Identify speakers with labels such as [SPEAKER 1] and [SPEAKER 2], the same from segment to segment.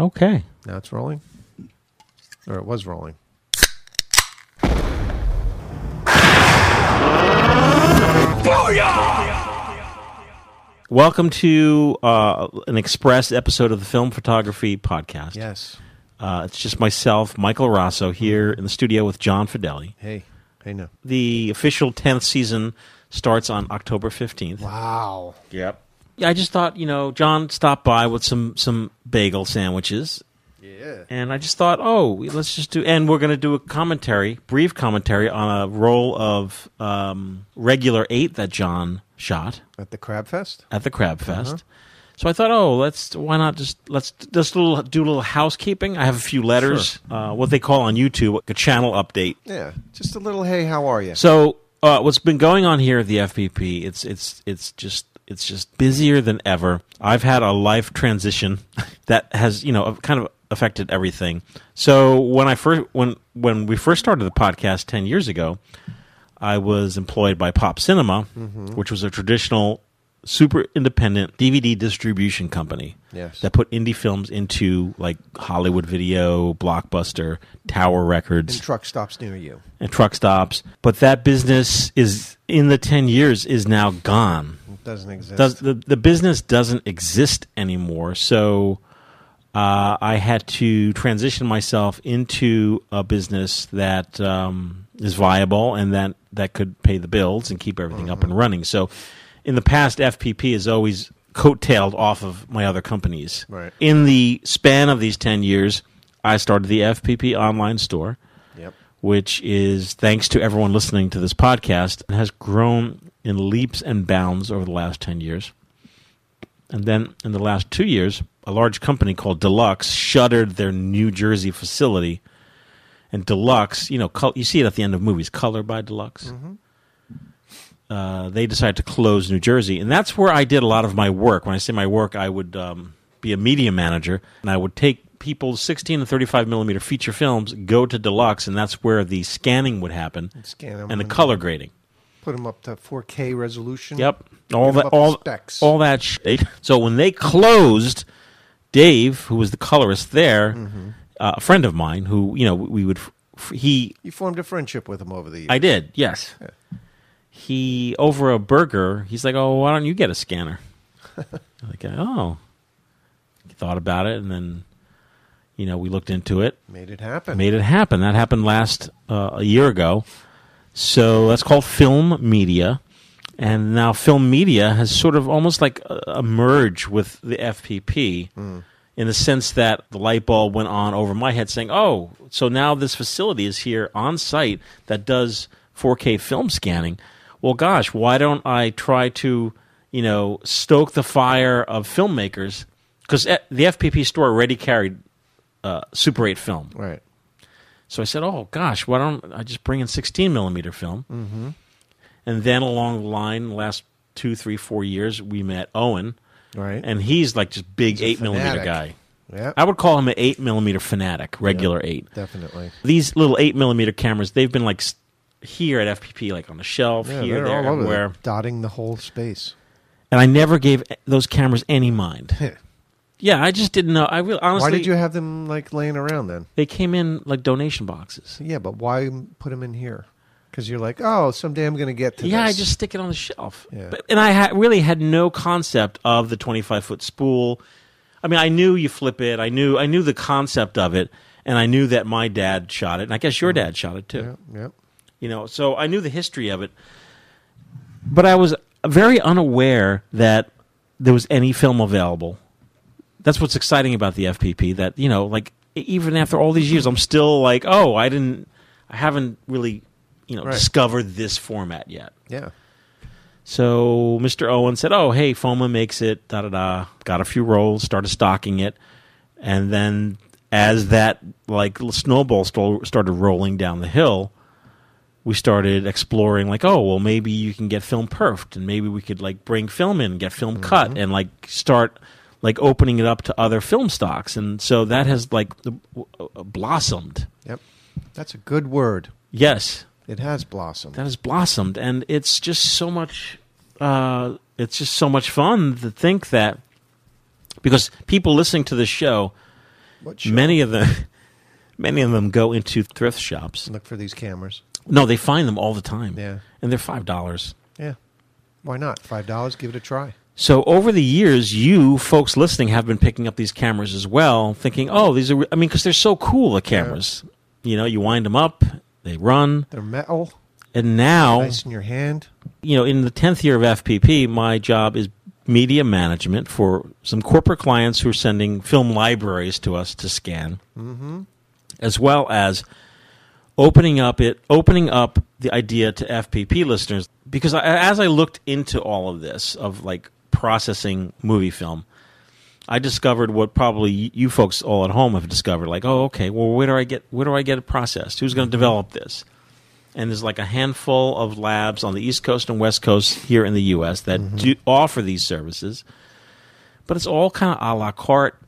[SPEAKER 1] Okay.
[SPEAKER 2] Now it's rolling, or it was rolling.
[SPEAKER 1] Welcome to uh, an express episode of the Film Photography Podcast.
[SPEAKER 2] Yes.
[SPEAKER 1] Uh, it's just myself, Michael Rosso, here in the studio with John Fideli.
[SPEAKER 2] Hey. Hey. No.
[SPEAKER 1] The official 10th season starts on October 15th.
[SPEAKER 2] Wow.
[SPEAKER 1] Yep. Yeah, I just thought, you know, John stopped by with some, some bagel sandwiches.
[SPEAKER 2] Yeah.
[SPEAKER 1] And I just thought, oh, let's just do, and we're going to do a commentary, brief commentary on a roll of um, regular eight that John shot
[SPEAKER 2] At the Crab Fest.
[SPEAKER 1] at the Crab Fest. So I thought, oh, let's why not just let's just a little, do a little housekeeping. I have a few letters, uh, what they call on YouTube a channel update.
[SPEAKER 2] Yeah. Just a little. Hey, how are you?
[SPEAKER 1] So uh, what's been going on here at the FPP? It's it's it's just it's just busier than ever. I've had a life transition that has you know kind of affected everything. So when I first when when we first started the podcast ten years ago, I was employed by Pop Cinema, which was a traditional super independent DVD distribution company
[SPEAKER 2] Yes.
[SPEAKER 1] that put indie films into like Hollywood Video, Blockbuster, Tower Records
[SPEAKER 2] and truck stops near you.
[SPEAKER 1] and truck stops. But that business is in the ten years is now gone.
[SPEAKER 2] It doesn't exist.
[SPEAKER 1] Does the the business doesn't exist anymore? So uh, I had to transition myself into a business that um, is viable and that that could pay the bills and keep everything up and running. So in the past, FPP has always coattailed off of my other companies.
[SPEAKER 2] Right.
[SPEAKER 1] In the span of these ten years, I started the FPP online store
[SPEAKER 2] Yep.
[SPEAKER 1] which is thanks to everyone listening to this podcast, and has grown in leaps and bounds over the last 10 years. And then in the last two years, a large company called Deluxe shuttered their New Jersey facility. And Deluxe, you know, col- you see it at the end of movies, Color by Deluxe. Uh, they decided to close New Jersey. And that's where I did a lot of my work. When I say my work, I would um, be a media manager and I would take people's 16 and 35 millimeter feature films, go to Deluxe, and that's where the scanning would happen
[SPEAKER 2] Scan them
[SPEAKER 1] and the color grading.
[SPEAKER 2] Put them up to 4K resolution.
[SPEAKER 1] Yep. All
[SPEAKER 2] Give
[SPEAKER 1] that
[SPEAKER 2] up
[SPEAKER 1] all
[SPEAKER 2] specs.
[SPEAKER 1] all that shit. So when they closed, Dave, who was the colorist there,
[SPEAKER 2] Mm-hmm.
[SPEAKER 1] uh, a friend of mine who, you know, we would f- he
[SPEAKER 2] You formed a friendship with them over the years.
[SPEAKER 1] I did. Yes. He over a burger. He's like, "Oh, why don't you get a scanner?" I'm like, oh, He thought about it, and then you know we looked into it,
[SPEAKER 2] Made it happen.
[SPEAKER 1] made it happen. That happened last uh, a year ago. So that's called film media, and now film media has sort of almost like uh, merge with the FPP. In the sense that the light bulb went on over my head, saying, "Oh, so now this facility is here on site that does 4K film scanning. Well, gosh, why don't I try to, you know, stoke the fire of filmmakers? Because the FPP store already carried uh, Super 8 film,
[SPEAKER 2] Right.
[SPEAKER 1] so I said, "Oh gosh, why don't I just bring in 16 millimeter film?" Mm-hmm. And then along the line, the last two, three, four years, we met Owen,
[SPEAKER 2] Right.
[SPEAKER 1] and he's like just big eight millimeter
[SPEAKER 2] fanatic.
[SPEAKER 1] guy.
[SPEAKER 2] yeah.
[SPEAKER 1] I would call him an eight millimeter fanatic, regular eight.
[SPEAKER 2] Definitely.
[SPEAKER 1] These little eight millimeter cameras, they've been like s- here at FPP, like on the shelf,
[SPEAKER 2] Yeah,
[SPEAKER 1] here,
[SPEAKER 2] they're
[SPEAKER 1] there,
[SPEAKER 2] all over
[SPEAKER 1] everywhere.
[SPEAKER 2] there, dotting the whole space.
[SPEAKER 1] And I never gave those cameras any mind.
[SPEAKER 2] Heh.
[SPEAKER 1] yeah, I just didn't know. I really, honestly,
[SPEAKER 2] why did you have them like laying around then?
[SPEAKER 1] They came in like donation boxes.
[SPEAKER 2] Yeah, but why put them in here? Because you're like, oh, someday I'm going to get to
[SPEAKER 1] yeah,
[SPEAKER 2] this.
[SPEAKER 1] I just stick it on the shelf.
[SPEAKER 2] Yeah.
[SPEAKER 1] But, and I ha- really had no concept of the 25 foot spool. I mean, I knew you flip it. I knew I knew the concept of it, and I knew that my dad shot it, and I guess your dad shot it too.
[SPEAKER 2] Mm-hmm. Yeah, yeah.
[SPEAKER 1] You know, so I knew the history of it, but I was very unaware that there was any film available. That's what's exciting about the FPP. That you know, like e- even after all these years, I'm still like, oh, I didn't, I haven't really, you know,
[SPEAKER 2] Right.
[SPEAKER 1] discovered this format yet.
[SPEAKER 2] Yeah.
[SPEAKER 1] So Mr. Owen said, "Oh, hey, Foma makes it. Da da da. Got a few rolls. Started stocking it, and then as that like l- snowball sto- started rolling down the hill, we started exploring. Like, oh, well, maybe you can get film perfed, and maybe we could like bring film in, get film cut, and like start like opening it up to other film stocks. And so that has like the, w- uh, blossomed.
[SPEAKER 2] Yep. That's a good word.
[SPEAKER 1] Yes,
[SPEAKER 2] It has blossomed.
[SPEAKER 1] that has blossomed and it's just so much uh, it's just so much fun to think that because people listening to this show
[SPEAKER 2] What show?
[SPEAKER 1] Many of them, many of them go into thrift shops.
[SPEAKER 2] look for these cameras.
[SPEAKER 1] No, they find them all the time.
[SPEAKER 2] Yeah.
[SPEAKER 1] and they're five dollars.
[SPEAKER 2] Yeah. Why not? Five dollars, give it a try.
[SPEAKER 1] So over the years, you folks listening have been picking up these cameras as well, thinking, "Oh, these are." I mean, because they're so cool, the cameras. You know, you wind them up, they run,
[SPEAKER 2] They're metal,
[SPEAKER 1] and now,
[SPEAKER 2] nice in your hand.
[SPEAKER 1] you know, in the tenth year of FPP, my job is media management for some corporate clients who are sending film libraries to us to scan, mm-hmm. as well as opening up it, opening up the idea to FPP listeners. Because I, as I looked into all of this of like processing movie film. I discovered what probably y- you folks all at home have discovered. Like, oh, okay, well, where do I get where do I get it processed? Who's going to develop this? And there's like a handful of labs on the East Coast and West Coast here in the U.S. that do offer these services, but it's all kind of a la carte,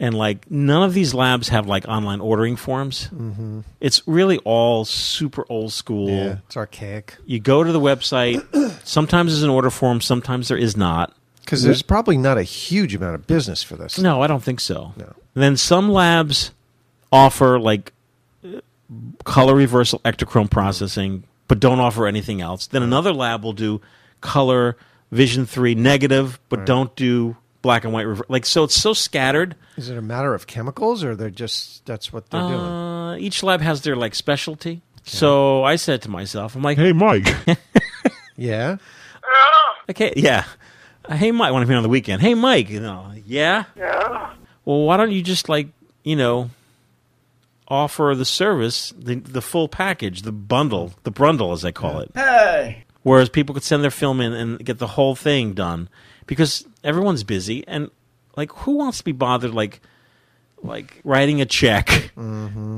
[SPEAKER 1] and like none of these labs have like online ordering forms. Mm-hmm. It's really all super old school
[SPEAKER 2] Yeah. It's archaic.
[SPEAKER 1] you go to the website. sometimes there's an order form, sometimes there is not.
[SPEAKER 2] Because there's probably not a huge amount of business for this.
[SPEAKER 1] No, I don't think so.
[SPEAKER 2] No.
[SPEAKER 1] Then some labs offer like uh, color reversal ectochrome processing, but don't offer anything else. Then another lab will do color vision three negative, but don't do black and white. Rever- like so, it's so scattered.
[SPEAKER 2] Is it a matter of chemicals, or they're just that's what they're doing?
[SPEAKER 1] Uh, each lab has their like specialty. So I said to myself, I'm like, hey Mike,
[SPEAKER 2] Yeah.
[SPEAKER 1] Okay, yeah. Uh, Hey, Mike, want to be on the weekend? Hey, Mike, you know, yeah. Yeah. Well, why don't you just like you know offer the service the the full package, the bundle, the brundle as they call it. Hey. Whereas people could send their film in and get the whole thing done because everyone's busy and like who wants to be bothered like like writing a check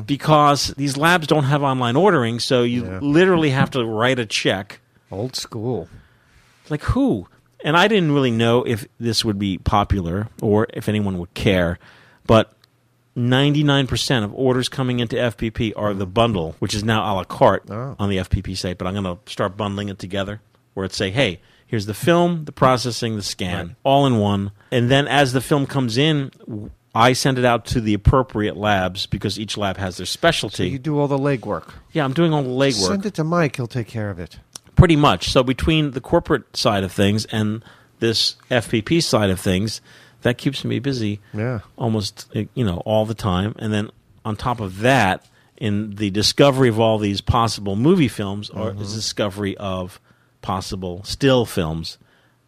[SPEAKER 1] because these labs don't have online ordering, so you
[SPEAKER 2] Yeah.
[SPEAKER 1] literally have to write a check.
[SPEAKER 2] Old school.
[SPEAKER 1] Like who? And I didn't really know if this would be popular or if anyone would care, but 99% of orders coming into FPP are the bundle, which is now a la carte
[SPEAKER 2] Oh.
[SPEAKER 1] on the FPP site, but I'm going to start bundling it together where it's say, hey, here's the film, the processing, the scan, all in one. And then as the film comes in, w- I send it out to the appropriate labs because each lab has their specialty.
[SPEAKER 2] You do all the legwork.
[SPEAKER 1] yeah, I'm doing all the legwork
[SPEAKER 2] Send it to Mike. He'll take care of it.
[SPEAKER 1] pretty much. So between the corporate side of things and this FPP side of things, that keeps me busy
[SPEAKER 2] Yeah.
[SPEAKER 1] almost uh, you know all the time. And then on top of that, in the discovery of all these possible movie films, or
[SPEAKER 2] Mm-hmm.
[SPEAKER 1] is discovery of possible still films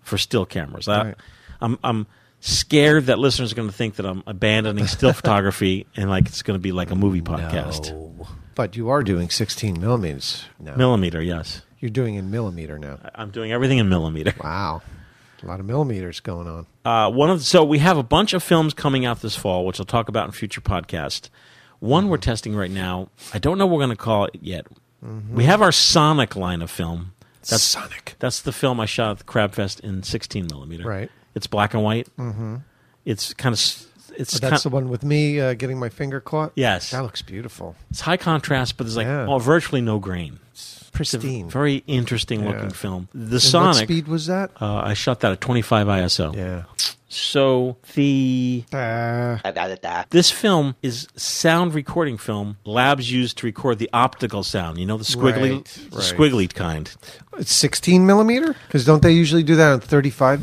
[SPEAKER 1] for still cameras. I,
[SPEAKER 2] Right.
[SPEAKER 1] I'm I'm scared that listeners are going to think that I'm abandoning still photography and like it's going to be like a movie podcast.
[SPEAKER 2] But you are doing 16 millimeters now.
[SPEAKER 1] Millimeter, yes.
[SPEAKER 2] You're doing in millimeter now.
[SPEAKER 1] I- I'm doing everything in millimeter.
[SPEAKER 2] Wow. A lot of millimeters going on.
[SPEAKER 1] Uh, one of so we have a bunch of films coming out this fall, which I'll talk about in future podcast. One we're testing right now. I don't know what we're going to call it yet.
[SPEAKER 2] Mm-hmm.
[SPEAKER 1] We have our Sonic line of film. That's
[SPEAKER 2] Sonic.
[SPEAKER 1] That's the film I shot at the Crab Fest in 16 millimeter.
[SPEAKER 2] Right.
[SPEAKER 1] It's black and white. Mm-hmm. It's kind of s- it's
[SPEAKER 2] That's the
[SPEAKER 1] kind,
[SPEAKER 2] one with me uh, getting my finger caught.
[SPEAKER 1] Yes.
[SPEAKER 2] That looks beautiful.
[SPEAKER 1] it's high contrast, but there's like
[SPEAKER 2] Yeah.
[SPEAKER 1] oh, virtually no grain. It's a
[SPEAKER 2] Pristine.
[SPEAKER 1] very interesting looking
[SPEAKER 2] Yeah.
[SPEAKER 1] film. The
[SPEAKER 2] And What
[SPEAKER 1] Sonic.
[SPEAKER 2] speed was that?
[SPEAKER 1] Uh, I shot that at 25 ISO.
[SPEAKER 2] Yeah.
[SPEAKER 1] So the
[SPEAKER 2] Uh,
[SPEAKER 1] This film is sound recording film. Labs use to record the optical sound. You know the squiggly,
[SPEAKER 2] Right,
[SPEAKER 1] the
[SPEAKER 2] right.
[SPEAKER 1] squiggly kind.
[SPEAKER 2] it's 16 millimeter? Because don't they usually do that on 35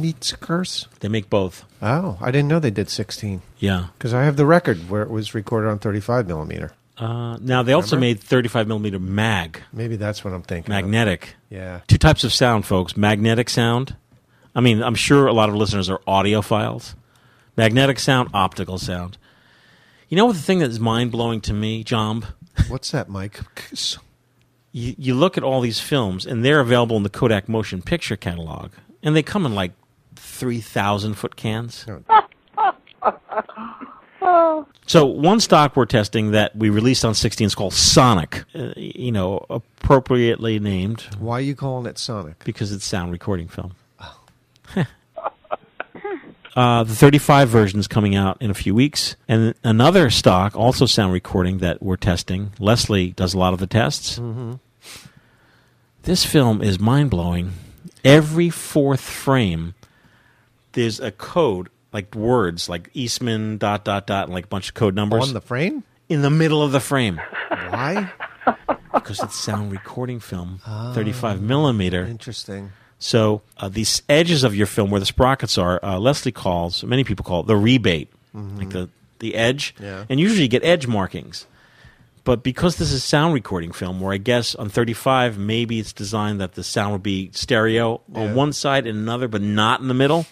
[SPEAKER 2] millimeters?
[SPEAKER 1] They make both.
[SPEAKER 2] Oh, I didn't know they did 16.
[SPEAKER 1] Yeah.
[SPEAKER 2] Because I have the record where it was recorded on 35 millimeter.
[SPEAKER 1] Uh, now they also made 35 millimeter mag,
[SPEAKER 2] Maybe that's what I'm thinking. of.
[SPEAKER 1] magnetic.
[SPEAKER 2] Yeah.
[SPEAKER 1] Two types of sound, folks. Magnetic sound. I mean, I'm sure a lot of listeners are audiophiles. Magnetic sound, optical sound. You know what the thing that is mind blowing to me, Jomb?
[SPEAKER 2] What's that, Mike?
[SPEAKER 1] you, you look at all these films, and they're available in the Kodak Motion Picture Catalog, and they come in like three thousand foot cans. so one stock we're testing that we released on sixteen is called Sonic, uh, you know, appropriately named
[SPEAKER 2] Why are you calling it Sonic?
[SPEAKER 1] because it's sound recording film. uh, the 35 version is coming out in a few weeks. And another stock, also sound recording, that we're testing. Leslie does a lot of the tests. This film is mind blowing. Every fourth frame, there's a code, like words like Eastman dot dot dot and like a bunch of code numbers
[SPEAKER 2] on the frame.
[SPEAKER 1] in the middle of the frame
[SPEAKER 2] Why?
[SPEAKER 1] because it's sound recording film, 35 millimeter.
[SPEAKER 2] Interesting.
[SPEAKER 1] So uh, these edges of your film where the sprockets are, uh, Leslie calls, many people call it the rebate, like the, the edge.
[SPEAKER 2] Mm-hmm. Yeah.
[SPEAKER 1] And usually you get edge markings. But because this is sound recording film, where I guess on 35, maybe it's designed that the sound would be stereo
[SPEAKER 2] Yeah.
[SPEAKER 1] on one side and another, but not in the middle.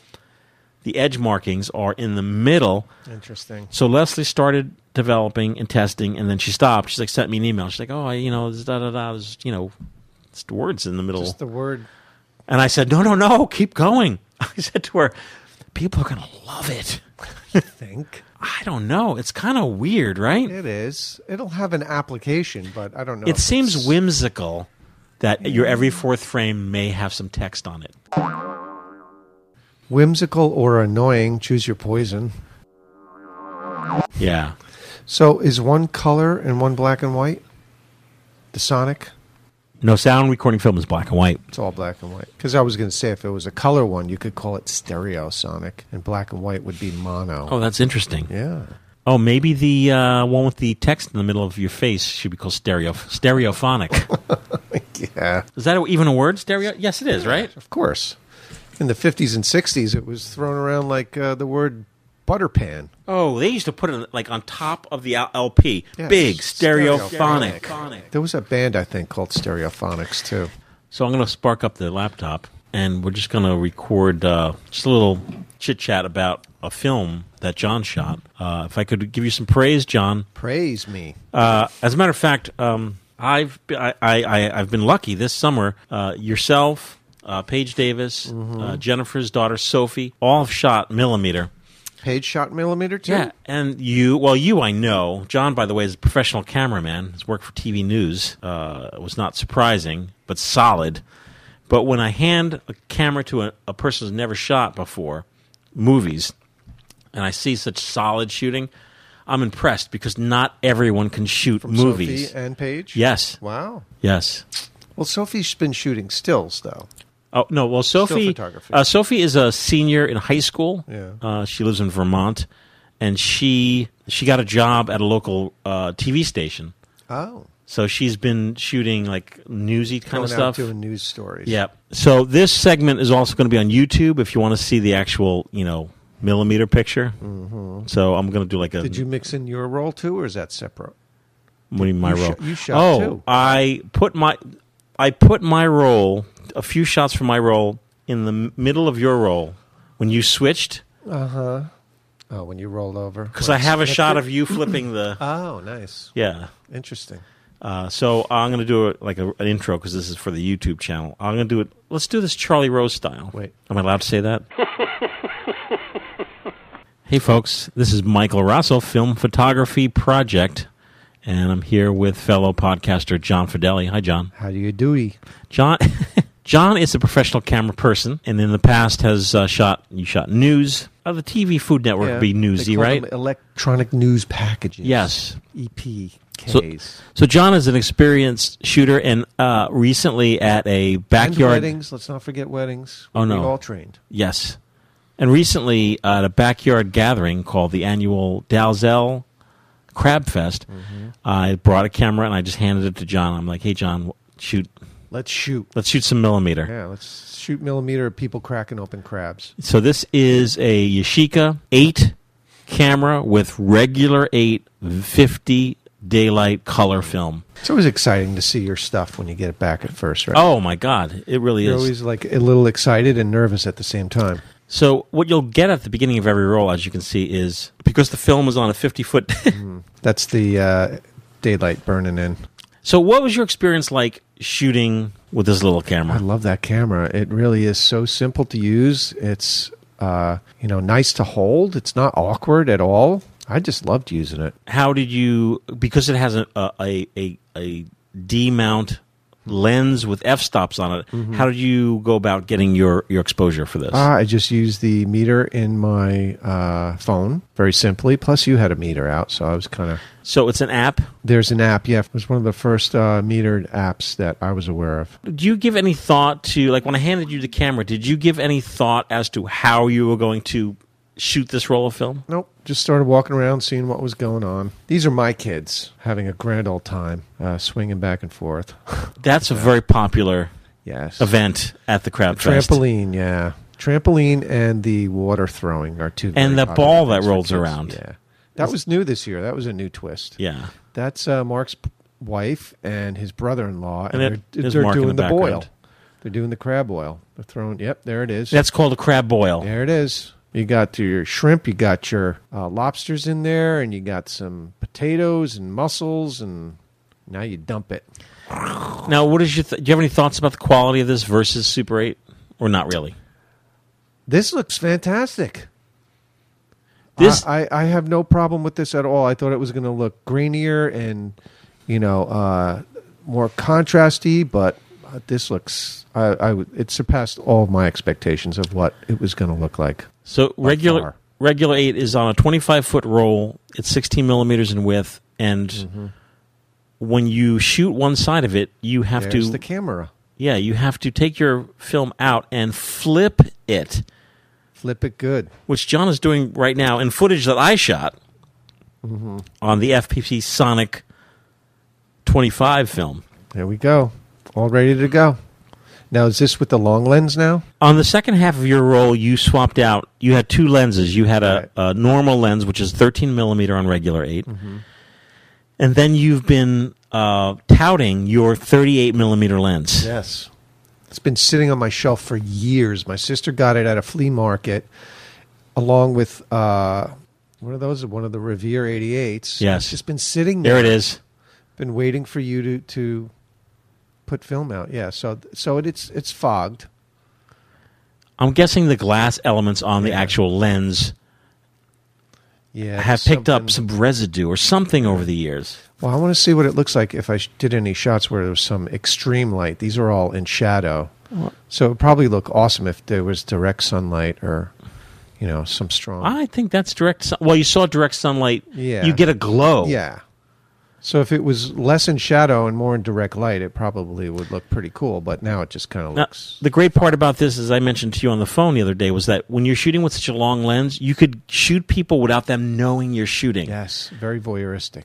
[SPEAKER 1] The edge markings are in the middle.
[SPEAKER 2] Interesting.
[SPEAKER 1] So Leslie started developing and testing, and then she stopped. She's like, sent me an email. She's like, oh, I, you know, this da da da, this, you know, it's words in the middle.
[SPEAKER 2] Just the word.
[SPEAKER 1] and I said, no, no, no, keep going. I said to her, people are gonna love it.
[SPEAKER 2] Think
[SPEAKER 1] I don't know. It's kind of weird, right?
[SPEAKER 2] it is. It'll have an application, but I don't know.
[SPEAKER 1] It
[SPEAKER 2] if
[SPEAKER 1] seems
[SPEAKER 2] it's-
[SPEAKER 1] whimsical that your every fourth frame may have some text on it.
[SPEAKER 2] whimsical or annoying. Choose your poison.
[SPEAKER 1] Yeah.
[SPEAKER 2] So, is one color and one black and white? The Sonic.
[SPEAKER 1] No sound recording film is black and white.
[SPEAKER 2] It's all black and white. Because I was going to say, if it was a color one, you could call it stereo Sonic, and black and white would be mono.
[SPEAKER 1] Oh, that's interesting.
[SPEAKER 2] Yeah.
[SPEAKER 1] Oh, maybe the uh, one with the text in the middle of your face should be called stereo stereophonic.
[SPEAKER 2] Yeah.
[SPEAKER 1] Is that even a word? Stereo? Yes, it is, right?
[SPEAKER 2] Of course. In the 50s and 60s, it was thrown around like uh, the word butter pan.
[SPEAKER 1] Oh, they used to put it like on top of the L- LP.
[SPEAKER 2] Yes.
[SPEAKER 1] Big stereophonic.
[SPEAKER 2] There was a band, I think, called Stereophonics, too.
[SPEAKER 1] So I'm going to spark up the laptop and we're just going to record uh, just a little chit chat about a film that John shot. Uh, if I could give you some praise, John.
[SPEAKER 2] Praise me.
[SPEAKER 1] Uh, as a matter of fact, um, I've be- I, I, I, I've been lucky this summer. Uh, yourself, uh, Paige Davis, uh, Jennifer's daughter Sophie, all have shot millimeter.
[SPEAKER 2] Page shot millimeter, too?
[SPEAKER 1] Yeah, and you, well, you I know. John, by the way, is a professional cameraman. He's worked for TV News. Uh, it was not surprising, but solid. But when I hand a camera to a, a person who's never shot before, movies, and I see such solid shooting, I'm impressed because not everyone can shoot movies.
[SPEAKER 2] Sophie and Page?
[SPEAKER 1] yes,
[SPEAKER 2] Wow.
[SPEAKER 1] yes.
[SPEAKER 2] Well, Sophie's been shooting stills, though.
[SPEAKER 1] Oh no! Well, Sophie.
[SPEAKER 2] photography.
[SPEAKER 1] Uh, Sophie is a senior in high school.
[SPEAKER 2] Yeah.
[SPEAKER 1] Uh, she lives in Vermont, and she she got a job at a local uh, TV station.
[SPEAKER 2] Oh.
[SPEAKER 1] So she's been shooting like newsy kind
[SPEAKER 2] Going
[SPEAKER 1] of stuff.
[SPEAKER 2] out doing news stories.
[SPEAKER 1] yeah. So this segment is also going to be on YouTube if you want to see the actual you know millimeter picture. Mm-hmm. So I'm going to do like a
[SPEAKER 2] Did you mix in your role, too, or is that separate?
[SPEAKER 1] what do you mean my
[SPEAKER 2] You
[SPEAKER 1] role?
[SPEAKER 2] shot- you shot
[SPEAKER 1] oh,
[SPEAKER 2] too.
[SPEAKER 1] I put my I put my role a few shots from my role in the m- middle of your role when you switched
[SPEAKER 2] Oh, when you rolled over.
[SPEAKER 1] because I have a shot of you flipping the
[SPEAKER 2] Oh, nice.
[SPEAKER 1] yeah.
[SPEAKER 2] Interesting.
[SPEAKER 1] Uh, so I'm going to do it like a, an intro because this is for the YouTube channel. I'm going to do it. Let's do this Charlie Rose style.
[SPEAKER 2] Wait.
[SPEAKER 1] am I allowed to say that? hey, folks, this is Michael Rosso, Film Photography Project, and I'm here with fellow podcaster John Fideli. Hi, John.
[SPEAKER 2] How do you do?
[SPEAKER 1] John John is a professional camera person, and in the past has uh, shot you shot news. Uh, the TV Food Network would be
[SPEAKER 2] They
[SPEAKER 1] Newsy,
[SPEAKER 2] call
[SPEAKER 1] right?
[SPEAKER 2] them electronic news packages. E
[SPEAKER 1] Yes.
[SPEAKER 2] EPKs.
[SPEAKER 1] So John is an experienced shooter, and uh, recently at a
[SPEAKER 2] and
[SPEAKER 1] backyard
[SPEAKER 2] weddings. Let's not forget weddings.
[SPEAKER 1] Oh, no.
[SPEAKER 2] We all trained.
[SPEAKER 1] yes, and recently at a backyard gathering called the annual Dalzell Crab Fest,
[SPEAKER 2] Mm-hmm.
[SPEAKER 1] I brought a camera and I just handed it to John. I'm like, "Hey, John, shoot,
[SPEAKER 2] Let's shoot.
[SPEAKER 1] let's shoot some millimeter."
[SPEAKER 2] Yeah, let's shoot millimeter of people cracking open crabs.
[SPEAKER 1] So this is a Yashica 8 camera with regular 8 50 daylight color film.
[SPEAKER 2] It's always exciting to see your stuff when you get it back at first, right?
[SPEAKER 1] Oh my god, it really
[SPEAKER 2] You're
[SPEAKER 1] is.
[SPEAKER 2] always like a little excited and nervous at the same time.
[SPEAKER 1] so what you'll get at the beginning of every roll as you can see is because the film is on a 50 foot
[SPEAKER 2] Mm. That's the uh, daylight burning in.
[SPEAKER 1] So what was your experience like shooting with this little
[SPEAKER 2] I
[SPEAKER 1] camera?
[SPEAKER 2] love that camera. It really is so simple to use. It's uh, you know nice to hold. It's not awkward at all. I just loved using it.
[SPEAKER 1] How did you because it has a a a, a D mount lens with f stops on it.
[SPEAKER 2] Mm-hmm.
[SPEAKER 1] How did you go about getting your your exposure for this?
[SPEAKER 2] Ah, I just used the meter in my uh, phone very simply. Plus, you had a meter out, so I was kind of.
[SPEAKER 1] so it's an app
[SPEAKER 2] There's an app. Yeah, it was one of the first uh, metered apps that I was aware of.
[SPEAKER 1] Do you give any thought to like when I handed you the camera? Did you give any thought as to how you were going to shoot this roll of film?
[SPEAKER 2] Nope. Just started walking around, seeing what was going on. These are my kids having a grand old time, uh, swinging back and forth.
[SPEAKER 1] That's a very popular
[SPEAKER 2] yes.
[SPEAKER 1] event at the Crab Fest.
[SPEAKER 2] Trampoline, yeah. Trampoline and the water throwing are two.
[SPEAKER 1] And
[SPEAKER 2] very
[SPEAKER 1] the
[SPEAKER 2] popular
[SPEAKER 1] ball that
[SPEAKER 2] things for
[SPEAKER 1] rolls
[SPEAKER 2] kids.
[SPEAKER 1] around.
[SPEAKER 2] Yeah, that was new this year. That was a new twist.
[SPEAKER 1] Yeah.
[SPEAKER 2] That's uh, Mark's p- wife and his brother-in-law, and,
[SPEAKER 1] And it-
[SPEAKER 2] they're,
[SPEAKER 1] there's
[SPEAKER 2] they're
[SPEAKER 1] Mark in
[SPEAKER 2] doing
[SPEAKER 1] the
[SPEAKER 2] the, boil.
[SPEAKER 1] background.
[SPEAKER 2] They're doing the crab boil. They're throwing. Yep, there it is.
[SPEAKER 1] That's called a crab boil.
[SPEAKER 2] There it is. You got your shrimp, you got your uh, lobsters in there, and you got some potatoes and mussels, and now you dump it.
[SPEAKER 1] Now, what is your th- do you have any thoughts about the quality of this versus Super 8 or not really?
[SPEAKER 2] This looks fantastic.
[SPEAKER 1] This
[SPEAKER 2] I, I, I have no problem with this at all. I thought it was going to look greenier and you know uh, more contrasty, but uh, this looks I, I w- it surpassed all of my expectations of what it was going to look like.
[SPEAKER 1] so regular
[SPEAKER 2] far.
[SPEAKER 1] regular 8 is on a 25 foot roll. It's 16 millimeters in width and
[SPEAKER 2] Mm-hmm.
[SPEAKER 1] when you shoot one side of it, you have
[SPEAKER 2] There's
[SPEAKER 1] to
[SPEAKER 2] the camera.
[SPEAKER 1] yeah, you have to take your film out and flip it.
[SPEAKER 2] Flip it good.
[SPEAKER 1] which John is doing right now in footage that I shot on the FPC Sonic 25 film.
[SPEAKER 2] There we go. All ready to go. Now is this with the long lens now?
[SPEAKER 1] On the second half of your roll, you swapped out. You had two lenses. You had a, a normal lens, which is 13 millimeter on regular 8 and then you've been uh, touting your 38 millimeter lens.
[SPEAKER 2] Yes. It's been sitting on my shelf for years. My sister got it at a flea market along with uh what are those? One of the Revere 88s.
[SPEAKER 1] Yes.
[SPEAKER 2] It's just been sitting there.
[SPEAKER 1] There it is.
[SPEAKER 2] Been waiting for you to to put film out. Yeah. So so it, it's it's fogged.
[SPEAKER 1] I'm guessing the glass elements on the
[SPEAKER 2] Yeah.
[SPEAKER 1] actual lens
[SPEAKER 2] Yeah.
[SPEAKER 1] have
[SPEAKER 2] there's
[SPEAKER 1] picked up
[SPEAKER 2] something-
[SPEAKER 1] some residue or something over the years.
[SPEAKER 2] Well, I want to see what it looks like if I sh- did any shots where there was some extreme light. These are all in shadow. So it would probably look awesome if there was direct sunlight or, you know, some strong.
[SPEAKER 1] I think that's direct. Sun- well, you saw direct sunlight.
[SPEAKER 2] Yeah.
[SPEAKER 1] You get a glow.
[SPEAKER 2] Yeah. So if it was less in shadow and more in direct light, it probably would look pretty cool. But now it just kind of
[SPEAKER 1] Now,
[SPEAKER 2] looks.
[SPEAKER 1] the great part about this, as I mentioned to you on the phone the other day, was that when you're shooting with such a long lens, you could shoot people without them knowing you're shooting.
[SPEAKER 2] Yes, very voyeuristic.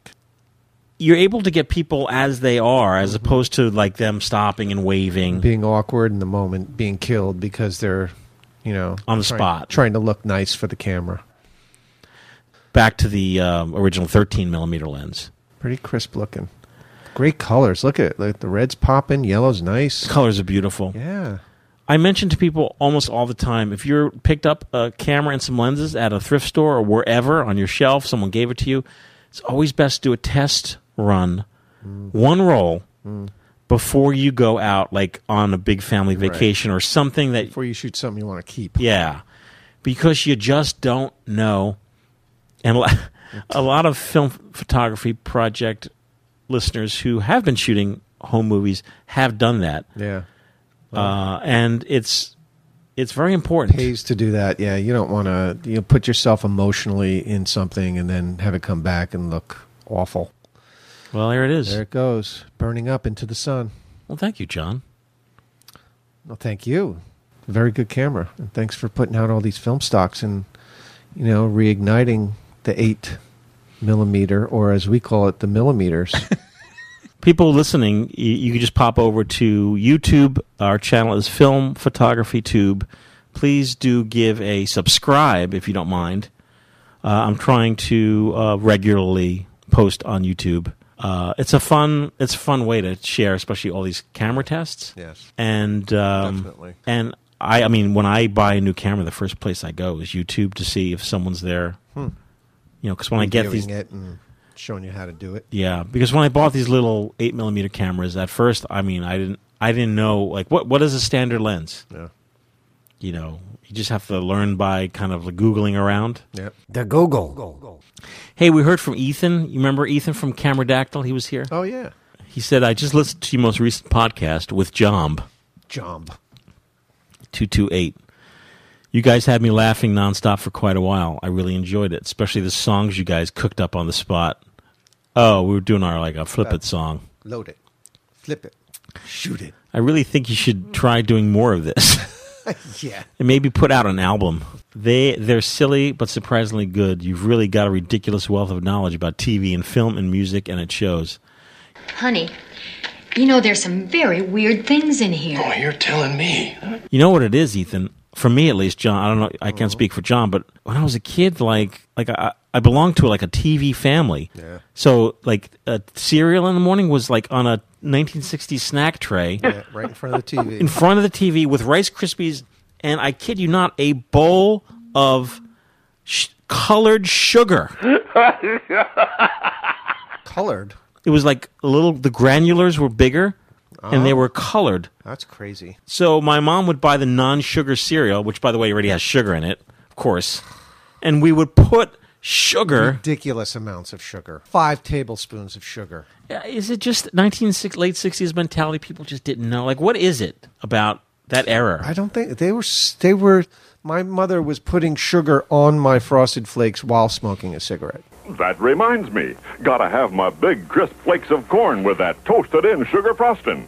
[SPEAKER 1] You're able to get people as they are, as opposed to like them stopping and waving.
[SPEAKER 2] Being awkward in the moment, being killed because they're, you know,
[SPEAKER 1] On the
[SPEAKER 2] trying-
[SPEAKER 1] spot.
[SPEAKER 2] trying to look nice for the camera.
[SPEAKER 1] Back to the um, original 13 millimeter lens.
[SPEAKER 2] Pretty crisp looking. Great colors. Look at it. Look, the red's popping. Yellow's nice.
[SPEAKER 1] The colors are beautiful.
[SPEAKER 2] Yeah.
[SPEAKER 1] I mention to people almost all the time if you're picked up a camera and some lenses at a thrift store or wherever on your shelf, someone gave it to you, it's always best to do a test run, one roll, before you go out like on a big family vacation or something that
[SPEAKER 2] Before you shoot something you want to keep.
[SPEAKER 1] yeah, because you just don't know. And a lo- a lot of film photography project listeners who have been shooting home movies have done that,
[SPEAKER 2] Yeah.
[SPEAKER 1] uh, and it's it's very important.
[SPEAKER 2] Pays to do that. Yeah. You don't want to you know, put yourself emotionally in something and then have it come back and look awful.
[SPEAKER 1] Well, there it is.
[SPEAKER 2] There it goes, burning up into the sun.
[SPEAKER 1] Well, thank you, John.
[SPEAKER 2] Well, thank you. Very good camera, and thanks for putting out all these film stocks and you know reigniting the eight millimeter, or as we call it, the millimeters.
[SPEAKER 1] People listening, you, you can just pop over to YouTube. Our channel is Film Photography Tube. Please do give a subscribe if you don't mind. Uh, I'm trying to uh, regularly post on YouTube. Uh, it's a fun, it's a fun way to share, especially all these camera tests.
[SPEAKER 2] yes,
[SPEAKER 1] And um,
[SPEAKER 2] Definitely.
[SPEAKER 1] And I, I mean, when I buy a new camera, the first place I go is YouTube to see if someone's there. You know, because when I get these,
[SPEAKER 2] Hmm. it and showing you how to do it.
[SPEAKER 1] Yeah, because when I bought these little eight millimeter cameras, at first, I mean, I didn't, I didn't know like what what is a standard lens.
[SPEAKER 2] Yeah,
[SPEAKER 1] You know, you just have to learn by kind of like googling around.
[SPEAKER 2] yeah.
[SPEAKER 3] The Google.
[SPEAKER 1] Hey, we heard from Ethan. You remember Ethan from Camera Dactyl? He was here.
[SPEAKER 2] Oh yeah,
[SPEAKER 1] He said, "I just listened to your most recent podcast with Jomb
[SPEAKER 2] jump.
[SPEAKER 1] two two eight. You guys had me laughing nonstop for quite a while. I really enjoyed it, especially the songs you guys cooked up on the spot. Oh, we were doing our like a flip it song."
[SPEAKER 2] Load it, flip it, shoot it.
[SPEAKER 1] I really think you should try doing more of this.
[SPEAKER 2] yeah,
[SPEAKER 1] and maybe put out an album. They they're silly but surprisingly good. You've really got a ridiculous wealth of knowledge about TV and film and music, and it shows.
[SPEAKER 3] Honey, you know there's some very weird things in here.
[SPEAKER 4] Oh, you're telling me.
[SPEAKER 1] You know what it is, Ethan. For me, at least, John. I don't know. I can't speak for John, but when I was a kid, like like I, I belonged to like a TV family. Yeah. So like uh, cereal in the morning was like on a 1960s snack tray
[SPEAKER 2] Yeah, right in front of the
[SPEAKER 1] in
[SPEAKER 2] TV.
[SPEAKER 1] front of the TV with Rice Krispies, and I kid you not, a bowl of sh- colored sugar.
[SPEAKER 2] Colored.
[SPEAKER 1] It was like a little. The granulars were bigger, and they were colored.
[SPEAKER 2] That's crazy.
[SPEAKER 1] So my mom would buy the non-sugar cereal, which by the way already has sugar in it, of course, and we would put sugar.
[SPEAKER 2] Ridiculous amounts of sugar. Five tablespoons of sugar.
[SPEAKER 1] Uh, Is it just 1960s, late 60s mentality? People just didn't know. Like, what is it about that
[SPEAKER 2] I
[SPEAKER 1] era?
[SPEAKER 2] don't think they were. s- They were. My mother was putting sugar on my frosted flakes while smoking a cigarette.
[SPEAKER 5] That reminds me. Gotta have my big crisp flakes of corn with that toasted in sugar frosting.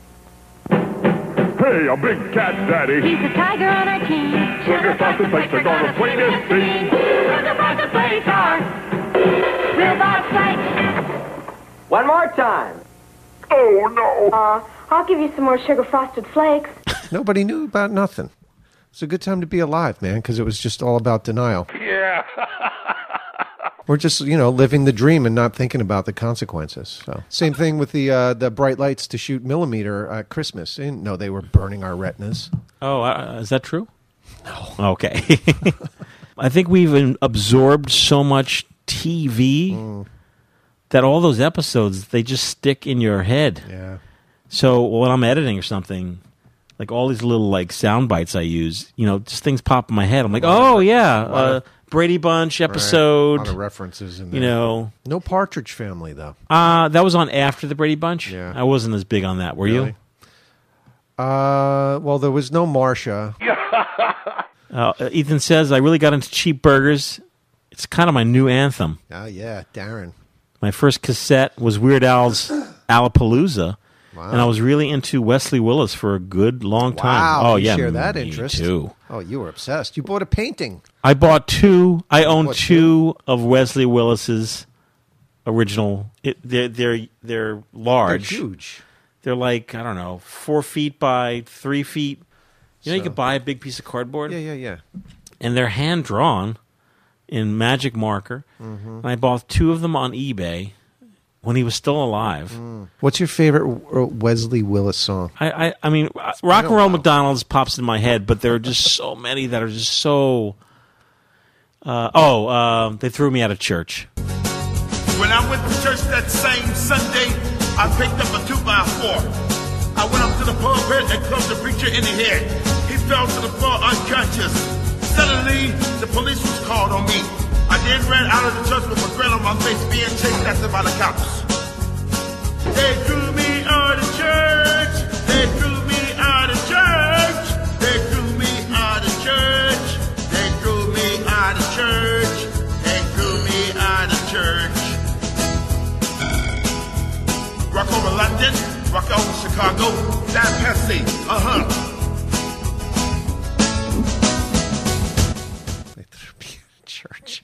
[SPEAKER 5] Hey, a big cat daddy.
[SPEAKER 6] He's the tiger on our team.
[SPEAKER 5] Sugar frosted flakes are gonna play this thing.
[SPEAKER 6] Sugar frosted flakes are real Bob Sykes.
[SPEAKER 7] One more time.
[SPEAKER 5] Oh no.
[SPEAKER 6] Uh, I'll give you some more sugar frosted flakes.
[SPEAKER 2] Nobody knew about nothing. It's a good time to be alive, man, because it was just all about denial.
[SPEAKER 5] Yeah.
[SPEAKER 2] We're just you know living the dream and not thinking about the consequences. So same thing with the uh, the bright lights to shoot millimeter at Christmas. They didn't know they were burning our retinas.
[SPEAKER 1] Oh, uh, is that true? No. Okay. I think we've in- absorbed so much TV that all those episodes they just stick in your head.
[SPEAKER 2] Yeah,
[SPEAKER 1] So when I'm editing or something, like all these little like sound bites I use, you know, just things pop in my head. I'm like, oh yeah, uh, Brady Bunch
[SPEAKER 2] a
[SPEAKER 1] episode.
[SPEAKER 2] lot of references in there.
[SPEAKER 1] you know,
[SPEAKER 2] no Partridge Family though.
[SPEAKER 1] uh, that was on after the Brady Bunch.
[SPEAKER 2] Yeah.
[SPEAKER 1] I wasn't as big on that. Were
[SPEAKER 2] Really?
[SPEAKER 1] you?
[SPEAKER 2] Uh, well, there was no Marcia.
[SPEAKER 1] Uh, Ethan says I really got into cheap burgers. It's kind of my new anthem.
[SPEAKER 2] Ah, yeah, Darren.
[SPEAKER 1] My first cassette was Weird Al's Alapalooza. And I was really into Wesley Willis for a good long time.
[SPEAKER 2] Wow,
[SPEAKER 1] oh
[SPEAKER 2] you
[SPEAKER 1] yeah,
[SPEAKER 2] share that
[SPEAKER 1] me
[SPEAKER 2] interest.
[SPEAKER 1] too.
[SPEAKER 2] Oh, you were obsessed. You bought a painting.
[SPEAKER 1] I bought two. I own two,
[SPEAKER 2] bought
[SPEAKER 1] of Wesley Willis's original. It, they're they're they're
[SPEAKER 2] They're
[SPEAKER 1] large.
[SPEAKER 2] huge.
[SPEAKER 1] They're like I don't know, four feet by three feet. You know, you
[SPEAKER 2] So-
[SPEAKER 1] could buy a big piece of cardboard,
[SPEAKER 2] Yeah, yeah, yeah.
[SPEAKER 1] and they're hand drawn in magic marker.
[SPEAKER 2] Mm-hmm.
[SPEAKER 1] And I bought two of them on eBay when he was still alive.
[SPEAKER 2] What's your favorite
[SPEAKER 1] uh,
[SPEAKER 2] W- Wesley Willis song?
[SPEAKER 1] I, I, I mean, uh, rock and
[SPEAKER 2] don't
[SPEAKER 1] roll
[SPEAKER 2] know.
[SPEAKER 1] McDonald's pops in my head, but there are just so many that are just so. Uh, oh, uh, they threw me out of church.
[SPEAKER 8] When I went to church that same Sunday, I picked up a two by four. I went up to the pulpit and clubbed the preacher in the head. He fell to the floor unconscious. Suddenly, the police was called on me. I then ran out of the church with a grin on my face, being chased after by the cops. They threw me out of church. They threw me out of church. They threw me out of church. They threw me out of church. They threw me out of church. Rock over London, rock over Chicago, that Pepsi, uh huh.
[SPEAKER 2] They threw me at church.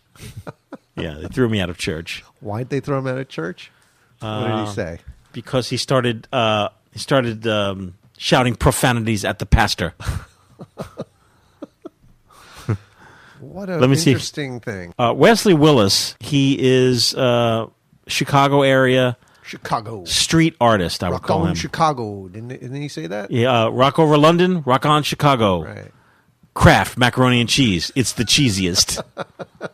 [SPEAKER 1] Yeah, they threw me out of church
[SPEAKER 2] Why'd they throw him out of church? what
[SPEAKER 1] Uh,
[SPEAKER 2] did he say?
[SPEAKER 1] because he started uh, he started um, shouting profanities at the pastor.
[SPEAKER 2] What an
[SPEAKER 1] Let me see.
[SPEAKER 2] interesting thing.
[SPEAKER 1] Uh, Wesley Willis, he is uh, Chicago area
[SPEAKER 2] Chicago.
[SPEAKER 1] street artist. I would
[SPEAKER 2] Rock
[SPEAKER 1] call
[SPEAKER 2] on
[SPEAKER 1] him.
[SPEAKER 2] Chicago. Didn't, didn't he say that?
[SPEAKER 1] yeah, uh, rock over London, rock on Chicago.
[SPEAKER 2] Right.
[SPEAKER 1] Kraft macaroni and cheese. It's the cheesiest.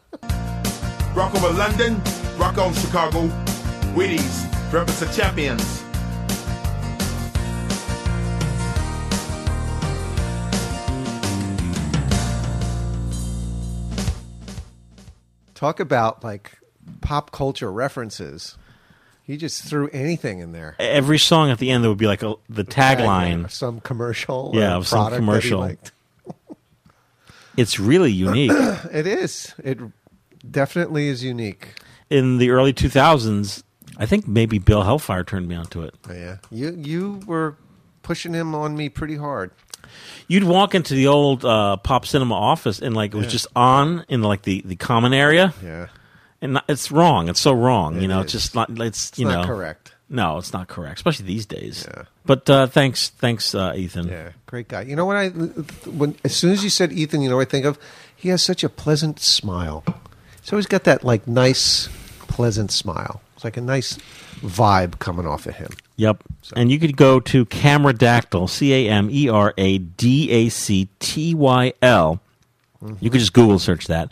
[SPEAKER 8] Rock over London, rock on Chicago. Wheaties, breakfast of champions.
[SPEAKER 2] Talk about like pop culture references. He just threw anything in there.
[SPEAKER 1] Every song at the end there would be like a, the tagline.
[SPEAKER 2] Some commercial. or
[SPEAKER 1] Yeah, of some
[SPEAKER 2] product that he
[SPEAKER 1] commercial.
[SPEAKER 2] liked.
[SPEAKER 1] It's really unique.
[SPEAKER 2] It is. It definitely is unique.
[SPEAKER 1] In the early 2000s, I think maybe
[SPEAKER 2] Oh,
[SPEAKER 1] Bill Hellfire turned me onto it.
[SPEAKER 2] Yeah. You you were pushing him on me pretty hard.
[SPEAKER 1] You'd walk into the old uh, pop cinema office and like it was just on in like the, the common area,
[SPEAKER 2] Yeah.
[SPEAKER 1] and not, it's wrong. It's so wrong. you
[SPEAKER 2] It
[SPEAKER 1] know,
[SPEAKER 2] is.
[SPEAKER 1] it's just not. It's,
[SPEAKER 2] It's
[SPEAKER 1] you
[SPEAKER 2] not
[SPEAKER 1] know
[SPEAKER 2] correct.
[SPEAKER 1] No, it's not correct, especially these days.
[SPEAKER 2] Yeah.
[SPEAKER 1] But uh, thanks, thanks, uh, Ethan.
[SPEAKER 2] Yeah, great guy. You know when I when as soon as you said Ethan, you know what I think of? He has such a pleasant smile. So he's got that like nice, pleasant smile. It's like a nice vibe coming off of him.
[SPEAKER 1] Yep. And you could go to Cameradactyl, C A M E R A D A C T Y L. You could just Google search that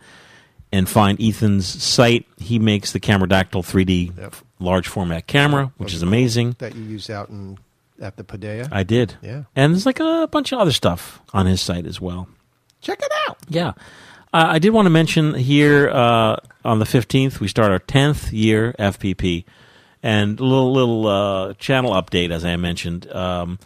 [SPEAKER 1] and find Ethan's site. He makes the Cameradactyl 3D
[SPEAKER 2] Yep.
[SPEAKER 1] large format camera, which is amazing.
[SPEAKER 2] That you used out in at the Padea.
[SPEAKER 1] I did.
[SPEAKER 2] Yeah.
[SPEAKER 1] And there's like a bunch of other stuff on his site as well.
[SPEAKER 2] Check it out.
[SPEAKER 1] Yeah. Uh, I did want to mention here uh, on the 15th, we start our 10th year FPP. And a little, little uh, channel update, as I mentioned. Um,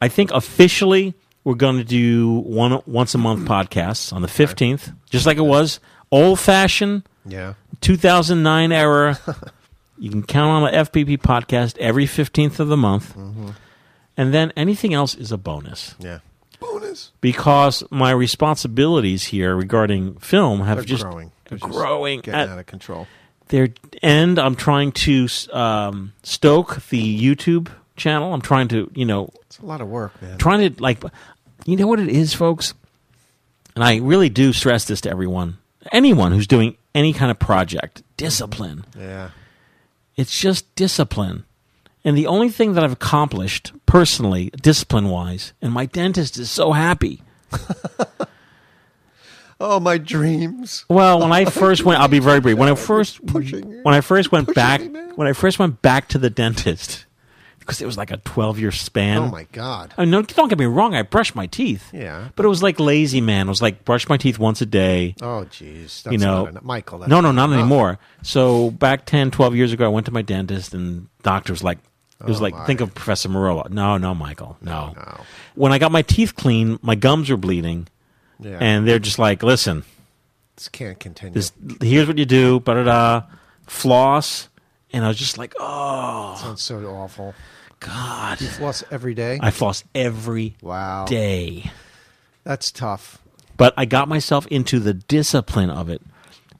[SPEAKER 1] I think officially we're going to do one once a month podcasts on the 15th, just like it was old fashioned
[SPEAKER 2] Yeah.
[SPEAKER 1] 2009 era. you can count on the FPP podcast every 15th of the month.
[SPEAKER 2] Mm-hmm.
[SPEAKER 1] And then anything else is a bonus
[SPEAKER 2] Yeah. Bonus.
[SPEAKER 1] because my responsibilities here regarding film have
[SPEAKER 2] They're
[SPEAKER 1] just
[SPEAKER 2] growing. They're just
[SPEAKER 1] growing
[SPEAKER 2] Getting
[SPEAKER 1] at
[SPEAKER 2] out of control.
[SPEAKER 1] their end. I'm trying to um, stoke the YouTube channel. I'm trying to, you know,
[SPEAKER 2] It's a lot of work, man.
[SPEAKER 1] trying to like, you know what it is, folks. And I really do stress this to everyone, anyone who's doing any kind of project, discipline.
[SPEAKER 2] yeah.
[SPEAKER 1] It's just discipline. And the only thing that I've accomplished personally, discipline wise, and my dentist is so happy.
[SPEAKER 2] Oh, my dreams.
[SPEAKER 1] Well, when I first went, I'll be very brief. When I first,
[SPEAKER 2] pushing-
[SPEAKER 1] when I first went
[SPEAKER 2] pushing
[SPEAKER 1] back,
[SPEAKER 2] me, man.
[SPEAKER 1] when I first went back to the dentist, because it was like a twelve-year span.
[SPEAKER 2] Oh my god.
[SPEAKER 1] I mean, Uh, no, don't get me wrong. I brushed my teeth.
[SPEAKER 2] Yeah.
[SPEAKER 1] but it was like lazy man. It was like brush my teeth once a day.
[SPEAKER 2] Oh jeez. That's
[SPEAKER 1] you know,
[SPEAKER 2] not enough. Michael. That's
[SPEAKER 1] No, no, not
[SPEAKER 2] enough.
[SPEAKER 1] anymore. So back 10, 12 years ago, I went to my dentist, and doctor was like, it was
[SPEAKER 2] Oh,
[SPEAKER 1] like,
[SPEAKER 2] my.
[SPEAKER 1] think of Professor Marola. No, no, Michael, no.
[SPEAKER 2] no.
[SPEAKER 1] When I got my teeth clean, my gums were bleeding,
[SPEAKER 2] Yeah.
[SPEAKER 1] and they're just like, listen.
[SPEAKER 2] this can't continue.
[SPEAKER 1] This, here's what you do, da da da, floss. And I was just like, oh
[SPEAKER 2] sounds so awful.
[SPEAKER 1] God,
[SPEAKER 2] Floss every day.
[SPEAKER 1] I floss every day,
[SPEAKER 2] wow. That's tough.
[SPEAKER 1] But I got myself into the discipline of it,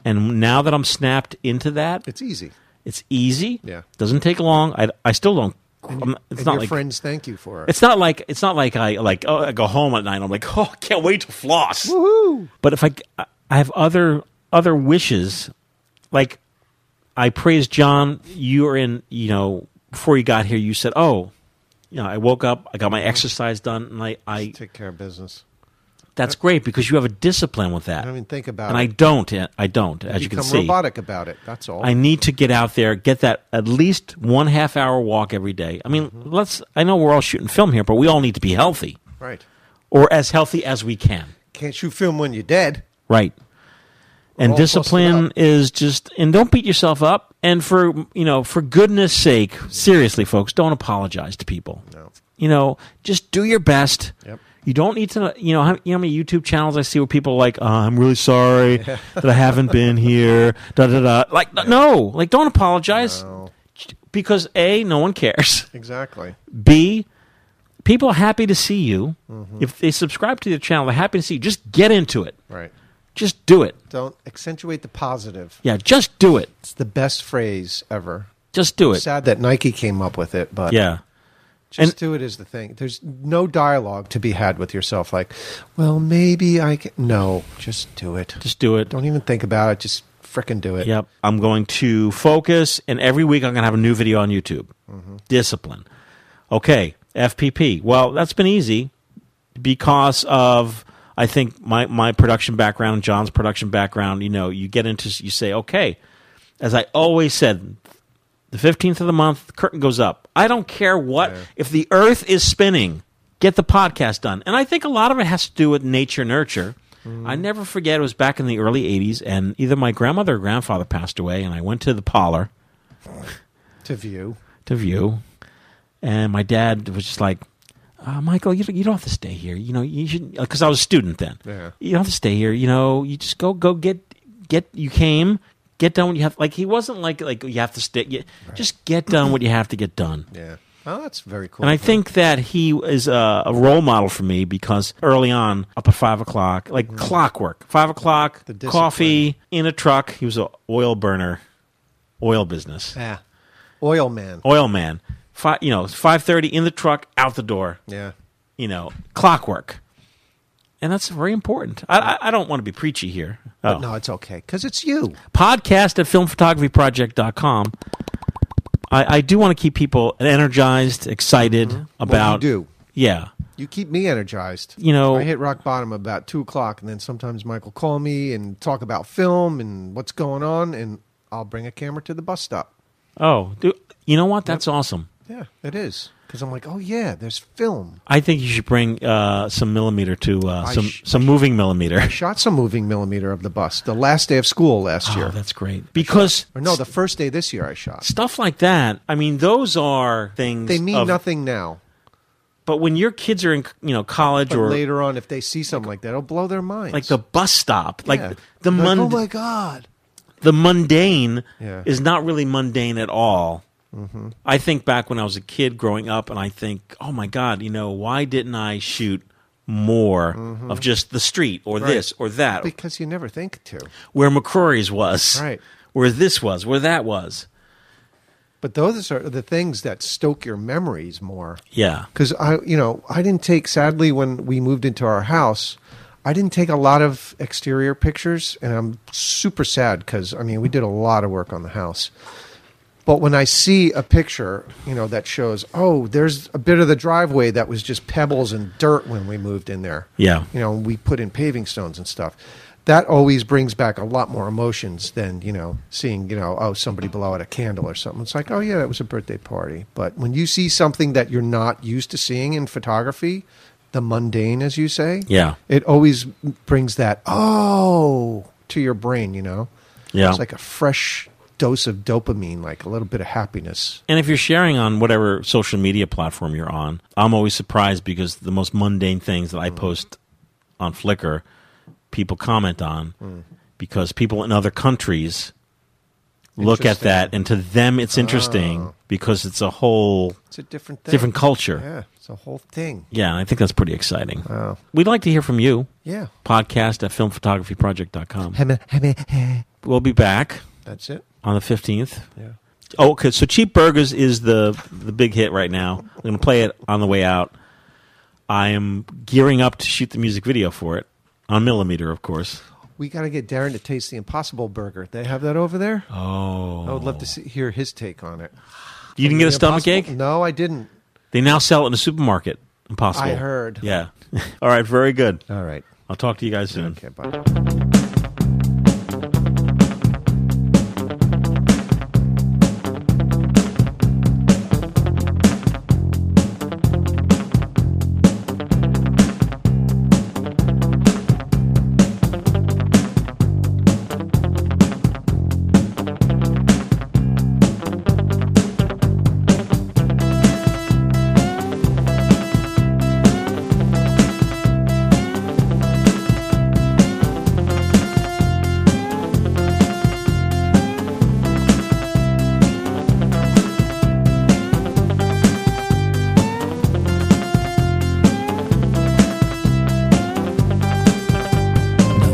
[SPEAKER 1] and now that I'm snapped into that,
[SPEAKER 2] It's easy.
[SPEAKER 1] it's easy.
[SPEAKER 2] Yeah.
[SPEAKER 1] doesn't take long. I, I still don't. I'm- it's
[SPEAKER 2] and
[SPEAKER 1] not
[SPEAKER 2] your
[SPEAKER 1] like
[SPEAKER 2] friends thank you for it.
[SPEAKER 1] it's not like it's not like I like oh, I go home at night. and I'm like oh I can't wait to floss. But if I I have other other wishes, like I praise John. You were in you know before you got here. You said oh. You know, I woke up, I got
[SPEAKER 2] Uh-huh.
[SPEAKER 1] my exercise done, and I, I
[SPEAKER 2] Take care of business.
[SPEAKER 1] that's great because you have a discipline with that.
[SPEAKER 2] I don't even think about
[SPEAKER 1] and
[SPEAKER 2] it.
[SPEAKER 1] I don't, eh, I don't, as you can
[SPEAKER 2] Become
[SPEAKER 1] see.
[SPEAKER 2] robotic about it. That's all.
[SPEAKER 1] I need to get out there, get that at least one half hour walk every day. I mean,
[SPEAKER 2] Mm-hmm.
[SPEAKER 1] let's. I know we're all shooting film here, but we all need to be healthy
[SPEAKER 2] right.
[SPEAKER 1] or as healthy as we can.
[SPEAKER 2] Can't shoot film when you're dead.
[SPEAKER 1] Right. And
[SPEAKER 2] all busted
[SPEAKER 1] discipline
[SPEAKER 2] up.
[SPEAKER 1] is just, and don't beat yourself up. And for you know, for goodness' sake, seriously, folks, don't apologize to people.
[SPEAKER 2] No.
[SPEAKER 1] You know, just do your best.
[SPEAKER 2] Yep.
[SPEAKER 1] You don't need to. You know, how, you know how many YouTube channels I see where people are like, uh, "I'm really sorry that I haven't been here." Da da da. Like, no, like, don't apologize
[SPEAKER 2] No.
[SPEAKER 1] because a, no one cares.
[SPEAKER 2] Exactly.
[SPEAKER 1] B, people are happy to see you.
[SPEAKER 2] Mm-hmm.
[SPEAKER 1] If they subscribe to your channel, they're happy to see you. Just get into it.
[SPEAKER 2] Right.
[SPEAKER 1] Just do it.
[SPEAKER 2] Don't accentuate the positive.
[SPEAKER 1] Yeah, just do it.
[SPEAKER 2] It's the best phrase ever.
[SPEAKER 1] Just do it.
[SPEAKER 2] Sad that Nike came up with it, but
[SPEAKER 1] Yeah.
[SPEAKER 2] just
[SPEAKER 1] and-
[SPEAKER 2] do it is the thing. There's no dialogue to be had with yourself. Like, well, maybe I can. No, just do it.
[SPEAKER 1] Just do it.
[SPEAKER 2] Don't even think about it. Just frickin' do it.
[SPEAKER 1] Yep. I'm going to focus, and every week I'm going to have a new video on YouTube.
[SPEAKER 2] Mm-hmm.
[SPEAKER 1] Discipline. Okay. FPP. Well, that's been easy because of I think my my production background, John's production background. You know, you get into you say, okay, as I always said, the fifteenth of the month, the curtain goes up. I don't care what if the Earth is spinning. Get the podcast done, and I think a lot of it has to do with nature nurture. I never forget it was back in the early '80s, and either my grandmother or grandfather passed away, and I went to the parlor
[SPEAKER 2] To view.
[SPEAKER 1] to view. And my dad was just like, uh, Michael, you, don't- you don't have to stay here. You know, you should because I was a student then.
[SPEAKER 2] Yeah.
[SPEAKER 1] You don't have to stay here. You know, you just go go get get you came get done what you have. Like he wasn't like like you have to stay. You, Just get done what you have to get done.
[SPEAKER 2] Yeah. Oh, that's very cool.
[SPEAKER 1] And I think that he is a, a role model for me because early on, up at five o'clock, like clockwork, five o'clock,
[SPEAKER 2] Mm-hmm. The discipline.
[SPEAKER 1] coffee in a truck. He was an oil burner, oil business,
[SPEAKER 2] yeah, oil man.
[SPEAKER 1] oil man. Five, you know, five thirty in the truck, out the door.
[SPEAKER 2] Yeah,
[SPEAKER 1] You know, clockwork, and that's very important. I, I, I don't want to be preachy here. Oh.
[SPEAKER 2] no, it's okay because it's you.
[SPEAKER 1] Podcast at filmphotographyproject.com. I, I do want to keep people energized, excited about.
[SPEAKER 2] Mm-hmm. do.
[SPEAKER 1] Yeah.
[SPEAKER 2] You keep me energized.
[SPEAKER 1] You know-
[SPEAKER 2] I hit rock bottom about two o'clock, and then sometimes Michael call me and talk about film and what's going on, and I'll bring a camera to the bus stop.
[SPEAKER 1] Oh, dude, you know what? That's awesome.
[SPEAKER 2] Yeah, it is because I'm like, oh yeah, there's film.
[SPEAKER 1] I think you should bring uh, some millimeter to uh,
[SPEAKER 2] I
[SPEAKER 1] some
[SPEAKER 2] sh-
[SPEAKER 1] some moving millimeter.
[SPEAKER 2] I shot some moving millimeter of the bus the last day of school
[SPEAKER 1] Oh,
[SPEAKER 2] last year,
[SPEAKER 1] that's great because
[SPEAKER 2] or no,
[SPEAKER 1] s-
[SPEAKER 2] the first day this year I shot.
[SPEAKER 1] stuff like that. I mean, those are things
[SPEAKER 2] They mean
[SPEAKER 1] of-
[SPEAKER 2] nothing now.
[SPEAKER 1] But when your kids are in you know college
[SPEAKER 2] But
[SPEAKER 1] or
[SPEAKER 2] later on, if they see something like that, it'll blow their minds.
[SPEAKER 1] like the bus stop, like
[SPEAKER 2] Yeah.
[SPEAKER 1] the
[SPEAKER 2] Like,
[SPEAKER 1] mun-
[SPEAKER 2] oh my god,
[SPEAKER 1] the mundane
[SPEAKER 2] Yeah. Mm-hmm.
[SPEAKER 1] is not really mundane at all. I think back when I was a kid growing up, and I think, oh my God, you know, why didn't I shoot more
[SPEAKER 2] Mm-hmm.
[SPEAKER 1] of just the street or this or that?
[SPEAKER 2] because you never think to.
[SPEAKER 1] where McCrory's was,
[SPEAKER 2] Right.
[SPEAKER 1] Where this was, where that was.
[SPEAKER 2] But those are the things that stoke your memories more.
[SPEAKER 1] Yeah,
[SPEAKER 2] because I, you know, I didn't take. Sadly, when we moved into our house, I didn't take a lot of exterior pictures, and I'm super sad because I mean we did a lot of work on the house. But when I see a picture, you know, that shows, oh, there's a bit of the driveway that was just pebbles and dirt when we moved in there.
[SPEAKER 1] Yeah.
[SPEAKER 2] You know, we put in paving stones and stuff. That always brings back a lot more emotions than, you know, seeing, you know, oh, somebody blow out a candle or something. It's like, oh, yeah, that was a birthday party. But when you see something that you're not used to seeing in photography, the mundane, as you say,
[SPEAKER 1] Yeah.
[SPEAKER 2] it always brings that, oh, to your brain, you know?
[SPEAKER 1] yeah.
[SPEAKER 2] It's like a fresh dose of dopamine, like a little bit of happiness.
[SPEAKER 1] and if you're sharing on whatever social media platform you're on, I'm always surprised because the most mundane things that I
[SPEAKER 2] Mm.
[SPEAKER 1] post on Flickr, people comment on
[SPEAKER 2] Mm.
[SPEAKER 1] because people in other countries look at
[SPEAKER 2] Interesting. Oh.
[SPEAKER 1] that, and to them it's interesting because it's a whole
[SPEAKER 2] It's a different thing.
[SPEAKER 1] different culture. Yeah.
[SPEAKER 2] Yeah, it's a whole thing.
[SPEAKER 1] and I think that's pretty exciting. We'd like to hear from you.
[SPEAKER 2] Oh. Yeah.
[SPEAKER 1] Podcast at filmphotographyproject.com.
[SPEAKER 2] That's
[SPEAKER 1] We'll be back.
[SPEAKER 2] it.
[SPEAKER 1] on the fifteenth.
[SPEAKER 2] Yeah.
[SPEAKER 1] Oh, okay. So Cheap Burgers is the the big hit right now. I'm gonna play it on the way out. I am gearing up to shoot the music video for it on millimeter, of course.
[SPEAKER 2] We got to get Darren to taste the Impossible Burger. They have that over there.
[SPEAKER 1] Oh,
[SPEAKER 2] I would love to see, hear his take on it.
[SPEAKER 1] you didn't get a stomach ache?
[SPEAKER 2] No, I didn't.
[SPEAKER 1] They now sell it in the supermarket. Impossible.
[SPEAKER 2] I heard.
[SPEAKER 1] Yeah. All right. Very good.
[SPEAKER 2] All right.
[SPEAKER 1] I'll talk to you guys soon.
[SPEAKER 2] Okay, bye.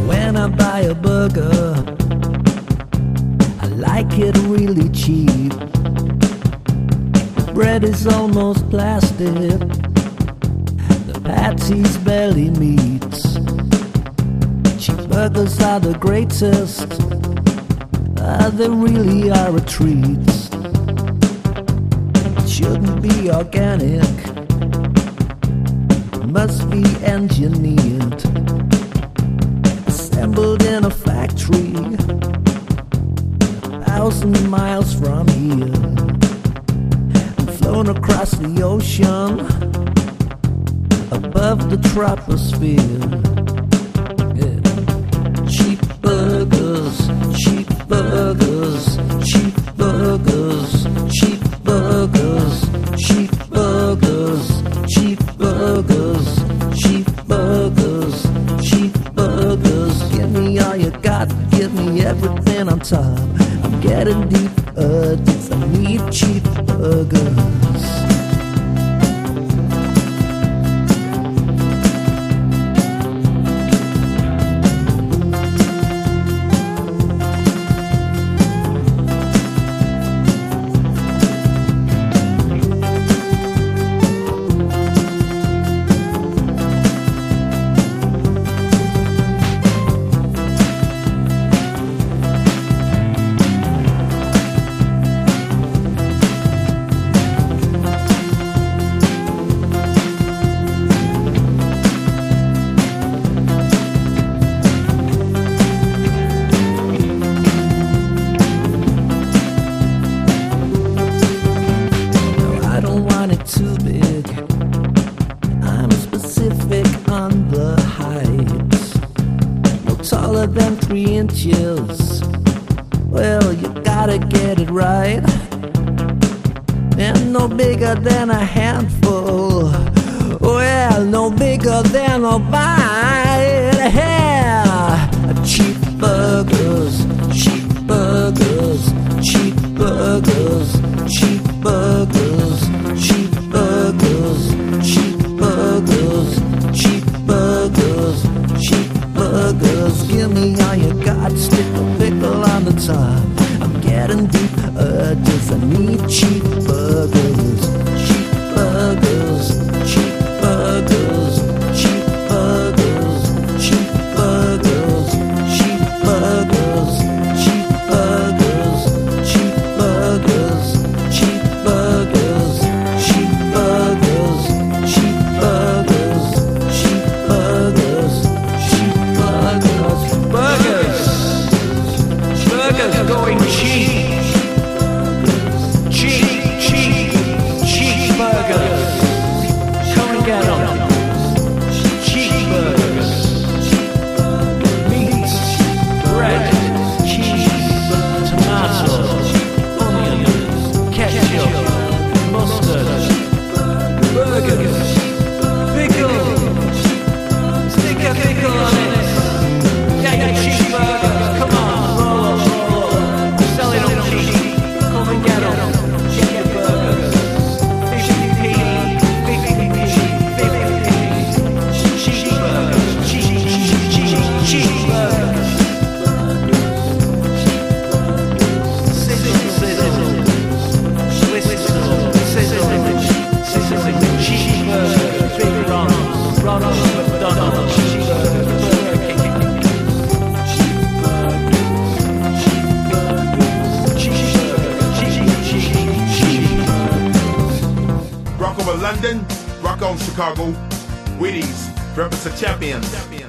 [SPEAKER 4] When I buy a burger, I like it really cheap. Bread is almost plastic, the patsy's barely meats. Cheeseburgers are the greatest, uh, they really are a treat. It shouldn't be organic, must be engineered assembled in a factory a thousand miles from here and flown across the ocean above the troposphere Yeah. cheap burgers cheap burgers cheap burgers cheap burgers cheap burgers cheap burgers cheap burgers cheap burgers give me all you got give me everything on top i'm getting deep addicted i need cheap burgers right. And no bigger than a handful. Well, no bigger than a bite. Yeah. Cheap burgers, cheap burgers, cheap burgers, cheap burgers, cheap burgers, cheap burgers, cheap burgers, cheap burgers. Give me all you got, stick a pickle on the top. I'm getting deep, uh, just I need cheap burgers, cheap burgers, cheap burgers, cheap burgers, cheap burgers, cheap burgers, cheap burgers, cheap burgers, cheap burgers, cheap burgers, cheap burgers, cheap burgers, cheap burgers, burgers. Burgers going cheap. Cheap, cheap, cheap burgers. Come and get 'em. Cheap burgers. Meat, bread, cheese, tomato, onion, ketchup, mustard. Burgers. Pickle. Stick a pickle on it. Yeah, yeah, cheap burgers. Come on, roll, roll, roll. Selling 'em cheap. Come and get 'em. Cheap burgers. 50p, 50p, 50p. Cheap burgers. Cheap, cheap, cheap, cheap burgers. Sizzle, sizzle.
[SPEAKER 8] Rock over London, rock on Chicago. Wheaties, breakfast of champions.